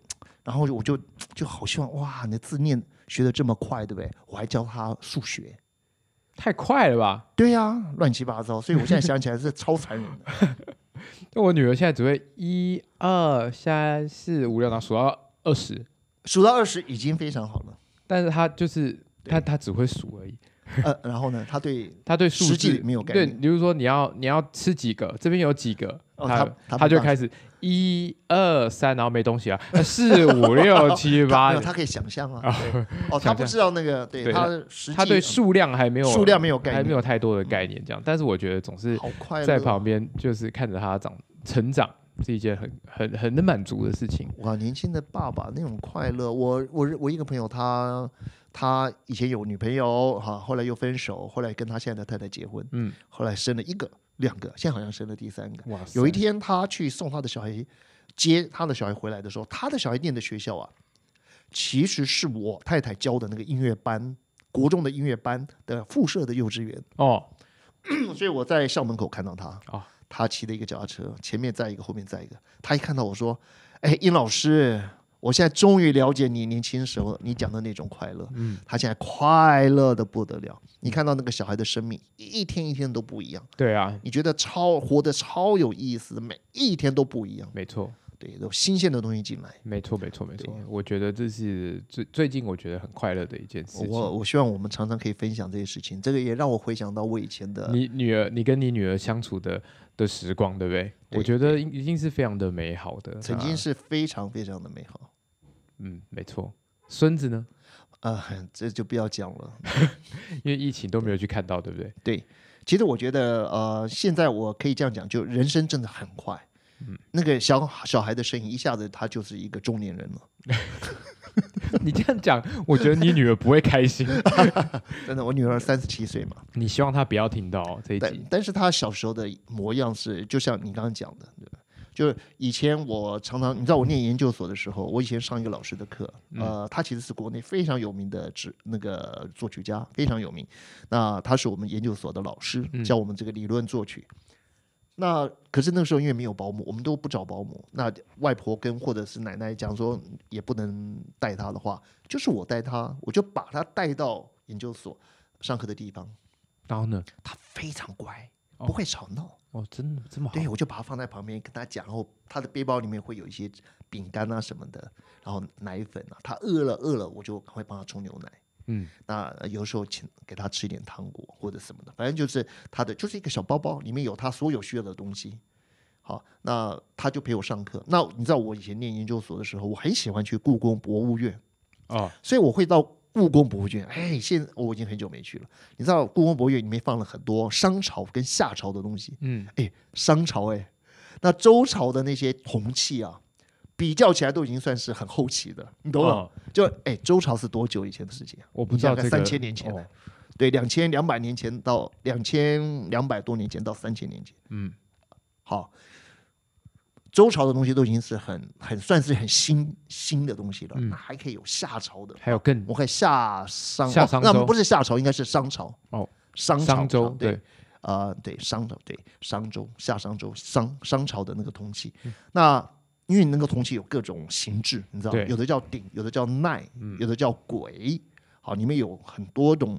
[SPEAKER 2] 然后我就就好希望哇，你的字念学得这么快，对不对？我还教他数学。
[SPEAKER 1] 太快了吧？
[SPEAKER 2] 对呀、乱七八糟，所以我现在想起来是超残忍的。
[SPEAKER 1] 那我女儿现在只会一二三四五六，然后数到二十，
[SPEAKER 2] 数到二十已经非常好了，
[SPEAKER 1] 但是她就是
[SPEAKER 2] 对
[SPEAKER 1] 她她只会数而已，
[SPEAKER 2] 呃，然后呢，他对
[SPEAKER 1] 她对数
[SPEAKER 2] 实际
[SPEAKER 1] 字
[SPEAKER 2] 没有概
[SPEAKER 1] 对，
[SPEAKER 2] 念
[SPEAKER 1] 比如说你要你要吃几个，这边有几个，
[SPEAKER 2] 哦
[SPEAKER 1] 她
[SPEAKER 2] 她她不
[SPEAKER 1] 她就
[SPEAKER 2] 大
[SPEAKER 1] 开始一二三，然后没东西啊，呃四五 六七
[SPEAKER 2] 他
[SPEAKER 1] 八
[SPEAKER 2] 没有，，他可以想象啊。 对哦，他
[SPEAKER 1] 想
[SPEAKER 2] 不
[SPEAKER 1] 象
[SPEAKER 2] 知道那个，对
[SPEAKER 1] 对
[SPEAKER 2] 他
[SPEAKER 1] 他
[SPEAKER 2] 实际
[SPEAKER 1] 她对数量还没有
[SPEAKER 2] 数量没有概
[SPEAKER 1] 还没
[SPEAKER 2] 念，嗯
[SPEAKER 1] 有太多的概念这样，但是我觉得总是
[SPEAKER 2] 好快乐
[SPEAKER 1] 在旁边就是看着她长成长，是一件很很很能满足的事情。
[SPEAKER 2] 哇，年轻的爸爸那种快乐，我我我一个朋友他，他以前有女朋友哈、后来又分手，后来跟他现在的太太结婚，
[SPEAKER 1] 嗯，
[SPEAKER 2] 后来生了一个、两个，现在好像生了第三个。
[SPEAKER 1] 哇
[SPEAKER 2] 有一天他去送他的小孩，接他的小孩回来的时候，他的小孩念的学校啊，其实是我太太教的那个音乐班，国中的音乐班的附设的幼稚园，
[SPEAKER 1] 哦，
[SPEAKER 2] 所以我在校门口看到他
[SPEAKER 1] 哦
[SPEAKER 2] 他骑了一个脚踏车，前面载一个，后面载一个。他一看到我说：“哎，殷老师，我现在终于了解你年轻时候你讲的那种快乐。”
[SPEAKER 1] 嗯，
[SPEAKER 2] 他现在快乐的不得了。你看到那个小孩的生命一天一天都不一样，
[SPEAKER 1] 对啊，
[SPEAKER 2] 你觉得超活得超有意思，每一天都不一样，
[SPEAKER 1] 没错，
[SPEAKER 2] 对，有新鲜的东西进来。
[SPEAKER 1] 没错，没错，没错
[SPEAKER 2] 对。
[SPEAKER 1] 我觉得这是最最近我觉得很快乐的一件事情。
[SPEAKER 2] 我我希望我们常常可以分享这些事情，这个也让我回想到我以前的
[SPEAKER 1] 你女儿，你跟你女儿相处的的时光，对不对？
[SPEAKER 2] 对
[SPEAKER 1] 我觉得一一定是非常的美好的。
[SPEAKER 2] 曾
[SPEAKER 1] 那
[SPEAKER 2] 经，是非常非常的美好。
[SPEAKER 1] 嗯，没错。孙子呢？
[SPEAKER 2] 啊、这就不要讲了。
[SPEAKER 1] 因为疫情都没有去看到，对不对？
[SPEAKER 2] 其实我觉得，呃，现在我可以这样讲，就人生真的很快。嗯，那个小小孩的身影一下子他就是一个中年人了，
[SPEAKER 1] 你这样讲，我觉得你女儿不会开心。
[SPEAKER 2] 真的。我女儿三十七岁嘛，
[SPEAKER 1] 你希望她不要听到这一
[SPEAKER 2] 但
[SPEAKER 1] 集。
[SPEAKER 2] 但是她小时候的模样是，就像你刚刚讲的，对吧就是以前我常常，你知道我念研究所的时候，我以前上一个老师的课，呃，他其实是国内非常有名的指那个作曲家，非常有名。那他是我们研究所的老师，教我们这个理论作曲。那可是那个时候因为没有保姆，我们都不找保姆。那外婆跟或者是奶奶讲说也不能带他的话，就是我带他，我就把他带到研究所上课的地方，
[SPEAKER 1] 然后呢？
[SPEAKER 2] 他非常乖，
[SPEAKER 1] 哦
[SPEAKER 2] 不会吵闹。
[SPEAKER 1] 哦，真的这么好？
[SPEAKER 2] 对，我就把它放在旁边跟他讲，然后他的背包里面会有一些饼干啊什么的，然后奶粉啊，他饿了饿了，我就赶快帮他冲牛奶。
[SPEAKER 1] 嗯，
[SPEAKER 2] 那呃有时候请给他吃一点糖果或者什么的，反正就是他的就是一个小包包，里面有他所有需要的东西。好，那他就陪我上课。那你知道我以前念研究所的时候，我很喜欢去故宫博物院，
[SPEAKER 1] 哦，
[SPEAKER 2] 所以我会到故宫博物院。哎，现在我已经很久没去了。你知道故宫博物院里面放了很多商朝跟夏朝的东西，
[SPEAKER 1] 嗯，
[SPEAKER 2] 哎，商朝哎，那周朝的那些铜器啊，比较起来都已经算是很后期的，你懂吗？
[SPEAKER 1] 哦
[SPEAKER 2] 就哎，周朝是多久以前的事情啊？
[SPEAKER 1] 我不知道
[SPEAKER 2] 你
[SPEAKER 1] 这
[SPEAKER 2] 大
[SPEAKER 1] 个
[SPEAKER 2] 概3000年前
[SPEAKER 1] 哦
[SPEAKER 2] 对，两千两百年前到两千两百多年前到三千年前，
[SPEAKER 1] 嗯，
[SPEAKER 2] 好，周朝的东西都已经是很很算是很新新的东西
[SPEAKER 1] 嗯
[SPEAKER 2] 了，那还可以有夏朝的，
[SPEAKER 1] 还有更
[SPEAKER 2] 我看夏商，
[SPEAKER 1] 夏
[SPEAKER 2] 哦
[SPEAKER 1] 商
[SPEAKER 2] 那
[SPEAKER 1] 周
[SPEAKER 2] 不是夏朝，应该是商朝
[SPEAKER 1] 哦，
[SPEAKER 2] 商朝
[SPEAKER 1] 商周，
[SPEAKER 2] 对
[SPEAKER 1] 对，
[SPEAKER 2] 啊，对商朝，对商周、夏商周、商商朝的那个铜器。
[SPEAKER 1] 嗯
[SPEAKER 2] 那因为那个铜器有各种形制，你知道，
[SPEAKER 1] 对嗯
[SPEAKER 2] 有的叫鼎，有的叫奈，有的叫簋，好，里面有很多种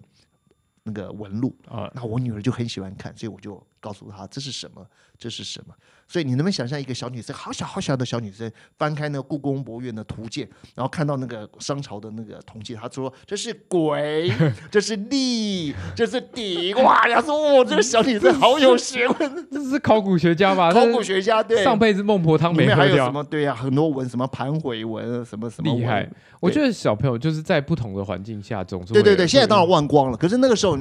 [SPEAKER 2] 那个纹路。
[SPEAKER 1] 啊，
[SPEAKER 2] 那我女儿就很喜欢看，所以我就告诉她这是什么，这是什么。所以你能不能想象一个小女生，好小好小的小女生，翻开那个故宫博物院的图鉴，然后看到那个商朝的那个铜器，她说这是鬼， 这是力，这是鼎，哇！她说哇，这个小女生好有学问，
[SPEAKER 1] 这是考古学家吧？
[SPEAKER 2] 考
[SPEAKER 1] 这
[SPEAKER 2] 古
[SPEAKER 1] 是
[SPEAKER 2] 学家对。
[SPEAKER 1] 上辈子孟婆汤
[SPEAKER 2] 里
[SPEAKER 1] 没
[SPEAKER 2] 面还
[SPEAKER 1] 喝
[SPEAKER 2] 有什
[SPEAKER 1] 掉，
[SPEAKER 2] 么？对呀、啊很多文什么盘回文，什么什么
[SPEAKER 1] 厉害
[SPEAKER 2] 文。
[SPEAKER 1] 我觉得小朋友就是在不同的环境下总是
[SPEAKER 2] 对
[SPEAKER 1] 会
[SPEAKER 2] 对
[SPEAKER 1] 有
[SPEAKER 2] 对，现在当然忘光了。可是那个时候，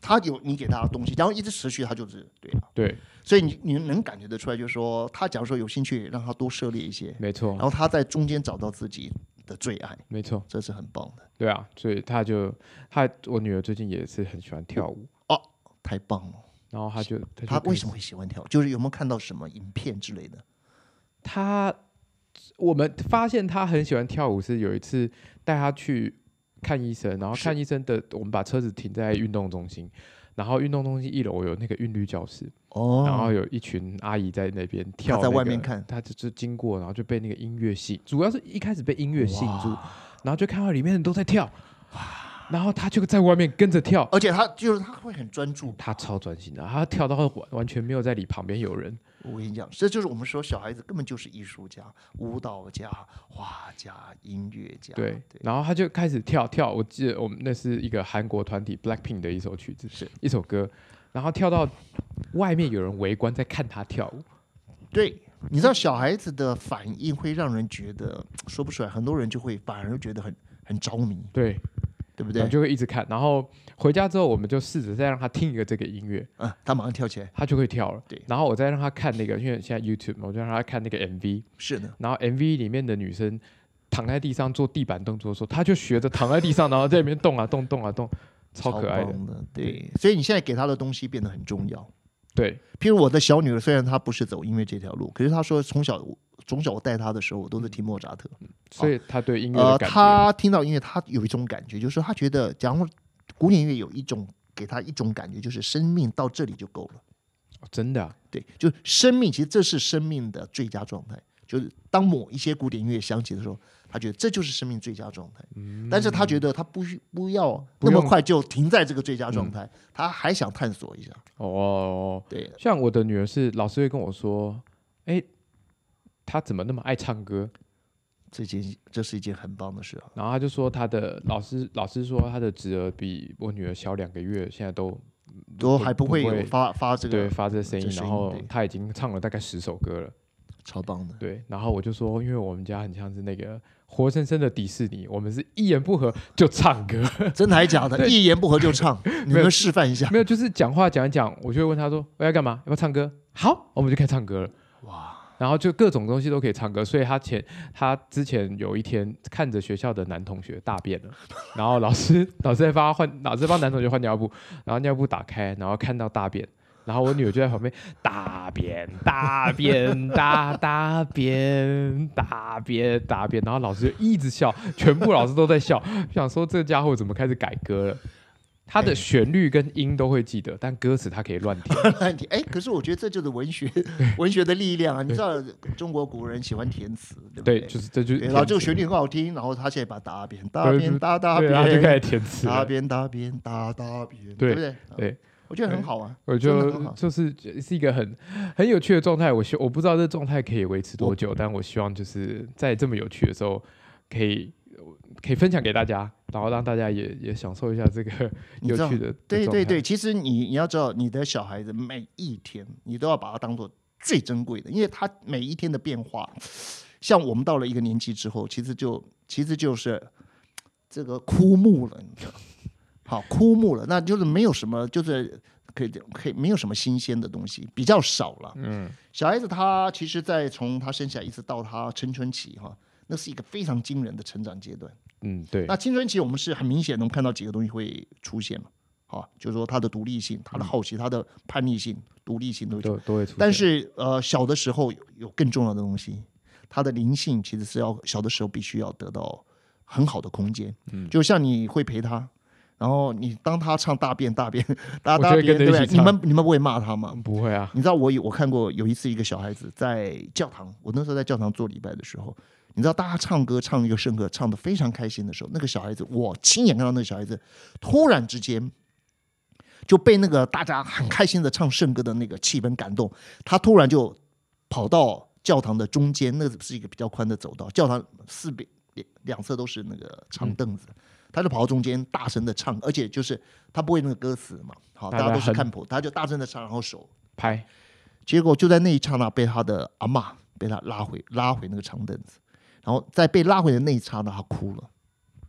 [SPEAKER 2] 他有你给他的东西，然后一直持续，他就是对啊。
[SPEAKER 1] 对，
[SPEAKER 2] 所以你你能感觉得出来，就是说他假如说有兴趣，让他多涉猎一些，
[SPEAKER 1] 没错
[SPEAKER 2] 然，后他在中间找到自己的最爱，
[SPEAKER 1] 没错。
[SPEAKER 2] 这是很棒的，
[SPEAKER 1] 对啊，所以他就他我女儿最近也是很喜欢跳舞，
[SPEAKER 2] 太棒了。
[SPEAKER 1] 然后他就他就
[SPEAKER 2] 他为
[SPEAKER 1] 开始
[SPEAKER 2] 什么会喜欢跳？就是有没有看到什么影片之类的？
[SPEAKER 1] 他我们发现他很喜欢跳舞是有一次带他去看医生，然后
[SPEAKER 2] 是
[SPEAKER 1] 看医生的我们把车子停在运动中心，然后运动中心一楼有那个韵律教室，
[SPEAKER 2] 哦
[SPEAKER 1] 然后有一群阿姨在那边跳、
[SPEAKER 2] 在外面看
[SPEAKER 1] 他就是经过，然后就被那个音乐吸引，主要是一开始被音乐吸引住，然后就看到里面人都在跳，然后他就在外面跟着跳。
[SPEAKER 2] 而且他就是他会很专注。
[SPEAKER 1] 他超专心的，他跳到完完全没有在理旁边有人，
[SPEAKER 2] 我跟你讲，这就是我们说小孩子根本就是艺术家、舞蹈家、画家、音乐家。
[SPEAKER 1] 对，
[SPEAKER 2] 对，
[SPEAKER 1] 然后他就开始跳跳。我记得我们那是一个韩国团体 Blackpink 的一首曲子，
[SPEAKER 2] 是
[SPEAKER 1] 一首歌。然后跳到外面有人围观在看他跳舞，
[SPEAKER 2] 对，你知道小孩子的反应会让人觉得说不出来，很多人就会反而觉得很很着迷。
[SPEAKER 1] 对，
[SPEAKER 2] 对
[SPEAKER 1] 我
[SPEAKER 2] 不
[SPEAKER 1] 们
[SPEAKER 2] 对？
[SPEAKER 1] 就会一直看。然后回家之后，我们就试着再让他听一个这个音乐，
[SPEAKER 2] 嗯，他马上跳起来，
[SPEAKER 1] 他就会跳了。
[SPEAKER 2] 对
[SPEAKER 1] 然后我再让他看那个，因为现在 YouTube 嘛，我就让他看那个 MV，
[SPEAKER 2] 是呢，
[SPEAKER 1] 然后 MV 里面的女生躺在地上做地板动作的时候，他就学着躺在地上，然后在里面动啊动动啊动，超可爱的。
[SPEAKER 2] 棒的。对，所以你现在给他的东西变得很重要。
[SPEAKER 1] 对，
[SPEAKER 2] 譬如我的小女儿，虽然她不是走音乐这条路，可是她说从小从小我带她的时候，我都是听莫扎特。
[SPEAKER 1] 所以他嗯对音乐
[SPEAKER 2] 呃，
[SPEAKER 1] 的感觉，
[SPEAKER 2] 她听到音乐，她有一种感觉，就是她觉得，假如古典音乐有一种给她一种感觉，就是生命到这里就够了。
[SPEAKER 1] 哦真的啊、
[SPEAKER 2] 对，就是生命，其实这是生命的最佳状态。就是当某一些古典音乐响起的时候，她觉得这就是生命最佳状态。
[SPEAKER 1] 嗯
[SPEAKER 2] 但是她觉得她不需不要
[SPEAKER 1] 不
[SPEAKER 2] 那么
[SPEAKER 1] 用
[SPEAKER 2] 快就停在这个最佳状态，她还想探索一下。
[SPEAKER 1] 哦。
[SPEAKER 2] 对，
[SPEAKER 1] 像我的女儿是老师会跟我说，哎，她怎么那么爱唱歌？
[SPEAKER 2] 这件这是一件很棒的事啊。
[SPEAKER 1] 然后她就说她的老师老师说她的侄儿比我女儿小两个月，现在都
[SPEAKER 2] 都还不会
[SPEAKER 1] 不会
[SPEAKER 2] 有发发这
[SPEAKER 1] 对
[SPEAKER 2] 个
[SPEAKER 1] 发这声音
[SPEAKER 2] 这，声
[SPEAKER 1] 然
[SPEAKER 2] 音
[SPEAKER 1] 后
[SPEAKER 2] 对
[SPEAKER 1] 她已经唱了大概十首歌了。
[SPEAKER 2] 超棒的，
[SPEAKER 1] 对，然后我就说，因为我们家很像是那个活生生的迪士尼，我们是一言不合就唱歌，
[SPEAKER 2] 真的还假的？
[SPEAKER 1] 对
[SPEAKER 2] 一言不合就 唱，你
[SPEAKER 1] 没有
[SPEAKER 2] 们示范一下。
[SPEAKER 1] 没有就是讲话讲一讲，我就会问他说我要干嘛，要不要唱歌？好，我们就开始唱歌了。
[SPEAKER 2] 哇，
[SPEAKER 1] 然后就各种东西都可以唱歌，所以他前他之前有一天看着学校的男同学大便了， 然后老师 老师在帮他换，老师在帮男同学换尿布，然后尿布打开，然后看到大便，然后我女儿就在旁边大便大便 大大便大便大便，然后老师就一直笑，全部老师都在笑，想说这家伙怎么开始改歌了。他的旋律跟音都会记得，但歌词他可以乱填。
[SPEAKER 2] 哎，可是我觉得这就是文学 文学的力量啊！你知道中国古人喜欢填词，对不
[SPEAKER 1] 对，就是这就是
[SPEAKER 2] 对
[SPEAKER 1] 填词。
[SPEAKER 2] 然后这哎个旋律很好听，然后他现在把大便大
[SPEAKER 1] 对
[SPEAKER 2] 便大大
[SPEAKER 1] 对，然后就
[SPEAKER 2] 便
[SPEAKER 1] 开始填词了。
[SPEAKER 2] 大便大便大大便，
[SPEAKER 1] 对
[SPEAKER 2] 不对？
[SPEAKER 1] 对，
[SPEAKER 2] 我觉得很好啊，
[SPEAKER 1] 我
[SPEAKER 2] 真的
[SPEAKER 1] 就
[SPEAKER 2] 很好
[SPEAKER 1] 就是是一个很很有趣的状态，我希我不知道这状态可以维持多
[SPEAKER 2] 嗯
[SPEAKER 1] 久，但我希望就是在这么有趣的时候，可以可以分享给大家，然后让大家也也享受一下这个
[SPEAKER 2] 你
[SPEAKER 1] 有
[SPEAKER 2] 知道
[SPEAKER 1] 趣的。
[SPEAKER 2] 对
[SPEAKER 1] 的状
[SPEAKER 2] 对
[SPEAKER 1] 态
[SPEAKER 2] 对，，其实你你要知道，你的小孩子每一天，你都要把它当做最珍贵的，因为他每一天的变化，像我们到了一个年纪之后，其实就其实就是这个枯木了，你知道，好枯木了，那就是没有什么，就是可以可以没有什么新鲜的东西，比较少了。
[SPEAKER 1] 嗯，
[SPEAKER 2] 小孩子他其实，在从他生下来一直到他青春期哈，那是一个非常惊人的成长阶段。
[SPEAKER 1] 嗯对，
[SPEAKER 2] 那青春期我们是很明显能看到几个东西会出现嘛，好，就是说他的独立性、他的好奇、他的叛逆性、独立性都会出。
[SPEAKER 1] 嗯都都会出现。
[SPEAKER 2] 但是呃，小的时候有有更重要的东西，他的灵性其实是要小的时候必须要得到很好的空间。嗯，就像你会陪他。然后你当他唱大便大便大
[SPEAKER 1] 我就
[SPEAKER 2] 大
[SPEAKER 1] 会
[SPEAKER 2] 便，
[SPEAKER 1] 跟着
[SPEAKER 2] 对
[SPEAKER 1] 一
[SPEAKER 2] 不
[SPEAKER 1] 起唱
[SPEAKER 2] 对？你们你们不会骂他吗？
[SPEAKER 1] 不会啊，
[SPEAKER 2] 你知道我有我看过有一次一个小孩子在教堂，我那时候在教堂做礼拜的时候，你知道大家唱歌唱一个圣歌唱的非常开心的时候，那个小孩子我亲眼看到那个小孩子突然之间就被那个大家很开心的唱圣歌的那个气氛感动，他突然就跑到教堂的中间，那是一个比较宽的走道，教堂四边两两侧都是那个
[SPEAKER 1] 嗯
[SPEAKER 2] 长凳子。他就跑到中间，大声的唱，而且就是他不会那个歌词嘛，好，
[SPEAKER 1] 大
[SPEAKER 2] 大
[SPEAKER 1] 家
[SPEAKER 2] 家都是
[SPEAKER 1] 很
[SPEAKER 2] 看谱，他就大声的唱，然后手
[SPEAKER 1] 拍
[SPEAKER 2] 结果就在那一刹那，被他的阿嬷被他拉回拉回那个长凳子，然后在被拉回的那一刹那，他哭了。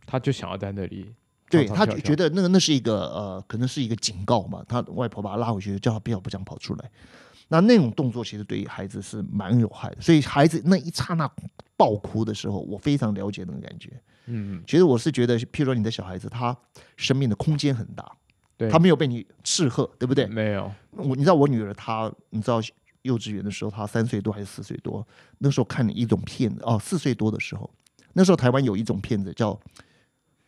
[SPEAKER 1] 他就想要在那里唱唱跳
[SPEAKER 2] 对
[SPEAKER 1] 跳，
[SPEAKER 2] 他就觉得那个那是一个呃，可能是一个警告嘛。他外婆把他拉回去，叫他不要不想跑出来。那那种动作其实对于孩子是蛮有害的，所以孩子那一刹那爆哭的时候，我非常了解那个感觉。
[SPEAKER 1] 嗯，
[SPEAKER 2] 其实我是觉得，譬如说你的小孩子，他生命的空间很大，
[SPEAKER 1] 对
[SPEAKER 2] 他没有被你斥喝，对不对？
[SPEAKER 1] 没有，
[SPEAKER 2] 我你知道我女儿她，你知道幼稚园的时候，她三岁多还是四岁多？那时候看了一种片子哦，四岁多的时候，那时候台湾有一种片子叫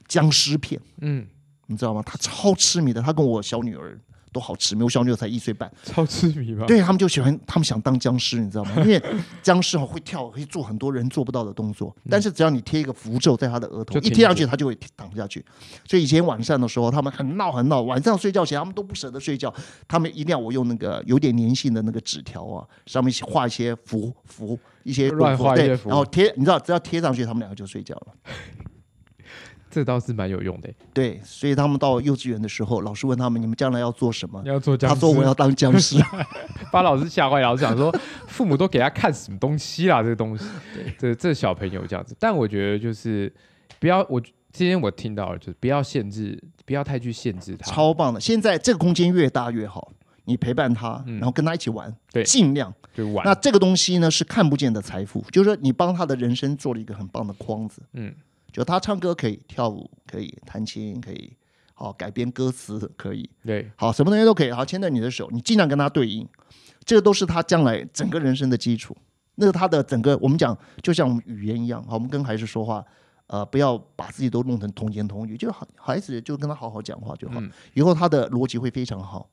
[SPEAKER 2] 僵尸片，
[SPEAKER 1] 嗯，
[SPEAKER 2] 你知道吗？她超痴迷的，她跟我小女儿都好痴迷，我小女儿才一岁半，
[SPEAKER 1] 超痴迷吧？
[SPEAKER 2] 对他们就喜欢，他们想当僵尸，你 知道吗？因为僵尸哦会跳，会做很多人做不到的动作，但是只要你贴一个符咒在他的额头，
[SPEAKER 1] 嗯就
[SPEAKER 2] 一
[SPEAKER 1] 停
[SPEAKER 2] 贴上
[SPEAKER 1] 止
[SPEAKER 2] 去他就会躺下去。所以以前晚上的时候，他们很闹很闹，晚上睡觉前他们都不舍得睡觉，他们一定要我用那个有点粘性的那个纸条啊，上面画一些符符，一些
[SPEAKER 1] 乱
[SPEAKER 2] 符
[SPEAKER 1] 画一
[SPEAKER 2] 对
[SPEAKER 1] 些符
[SPEAKER 2] 然后贴，你知道只要贴上去，他们两个就睡觉了。
[SPEAKER 1] 这倒是蛮有用的。
[SPEAKER 2] 对，所以他们到幼稚园的时候，老师问他们你们将来要做什么
[SPEAKER 1] 你，要做僵
[SPEAKER 2] 他
[SPEAKER 1] 尸，
[SPEAKER 2] 说我要当僵尸。
[SPEAKER 1] 把老师吓坏，老师想说父母都给他看什么 东西啦，这个东西，这这小朋友这样子。但我觉得就是不要我今天我听到了，就是不要限制，不要太去限制他。
[SPEAKER 2] 超棒的。现在这个空间越大越好，你陪伴他，然后跟他一起玩，
[SPEAKER 1] 嗯对
[SPEAKER 2] 尽量。
[SPEAKER 1] 就玩
[SPEAKER 2] 那这个东西呢是看不见的财富，就是说你帮他的人生做了一个很棒的框子。
[SPEAKER 1] 嗯，
[SPEAKER 2] 就他唱歌可以，跳舞可以，弹琴可以，好改编歌词可以，
[SPEAKER 1] 对，
[SPEAKER 2] 好什么东西都可以，好牵着你的手，你尽量跟他对应，这个都是他将来整个人生的基础。那是他的整个，我们讲就像我们语言一样，好，我们跟孩子说话，呃，不要把自己都弄成童言童语，就是孩孩子就跟他好好讲话就好，
[SPEAKER 1] 嗯
[SPEAKER 2] 以后他的逻辑会非常好。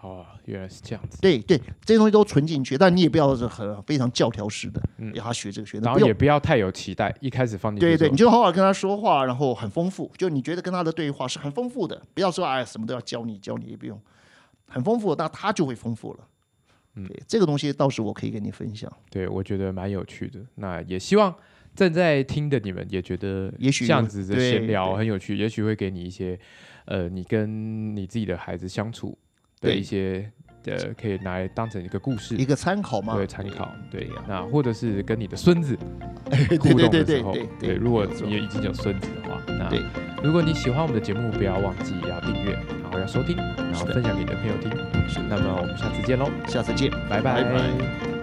[SPEAKER 1] 哦，原来是这样子。
[SPEAKER 2] 对对，这些东西都存进去，但你也不要是很非常教条式的，
[SPEAKER 1] 嗯
[SPEAKER 2] 让他学这个学那
[SPEAKER 1] 然后
[SPEAKER 2] 个，不
[SPEAKER 1] 也
[SPEAKER 2] 用。
[SPEAKER 1] 不要太有期待，一开始放进去
[SPEAKER 2] 对
[SPEAKER 1] 的时
[SPEAKER 2] 对，
[SPEAKER 1] 候，
[SPEAKER 2] 你就好好跟他说话，然后很丰富，就你觉得跟他的对话是很丰富的，不要说哎什么都要教你教你，也不用，很丰富，那他就会丰富了。
[SPEAKER 1] 嗯
[SPEAKER 2] 对，这个东西倒是我可以跟你分享。
[SPEAKER 1] 对我觉得蛮有趣的。那也希望正在听的你们也觉得，
[SPEAKER 2] 也许
[SPEAKER 1] 这样子的
[SPEAKER 2] 对
[SPEAKER 1] 闲聊
[SPEAKER 2] 对
[SPEAKER 1] 很有趣，也许会给你一些，呃，你跟你自己的孩子相处的
[SPEAKER 2] 对
[SPEAKER 1] 一些，呃，可以拿来当成一个故事
[SPEAKER 2] 一。个参考嘛，
[SPEAKER 1] 对，参考 对
[SPEAKER 2] 呀，
[SPEAKER 1] 那或者是跟你的孙子
[SPEAKER 2] 对
[SPEAKER 1] 互
[SPEAKER 2] 对
[SPEAKER 1] 动
[SPEAKER 2] 对
[SPEAKER 1] 的
[SPEAKER 2] 对
[SPEAKER 1] 时候
[SPEAKER 2] 对，
[SPEAKER 1] 对，如果
[SPEAKER 2] 没有错
[SPEAKER 1] 你也已经有孙子的话，那
[SPEAKER 2] 对
[SPEAKER 1] 如果你喜欢我们的节目，不要忘记要订阅，然后要收听，然后
[SPEAKER 2] 是的
[SPEAKER 1] 分享给你的朋友听。
[SPEAKER 2] 是的
[SPEAKER 1] 那么我们下次见喽，
[SPEAKER 2] 下次见，
[SPEAKER 1] 拜
[SPEAKER 2] 拜拜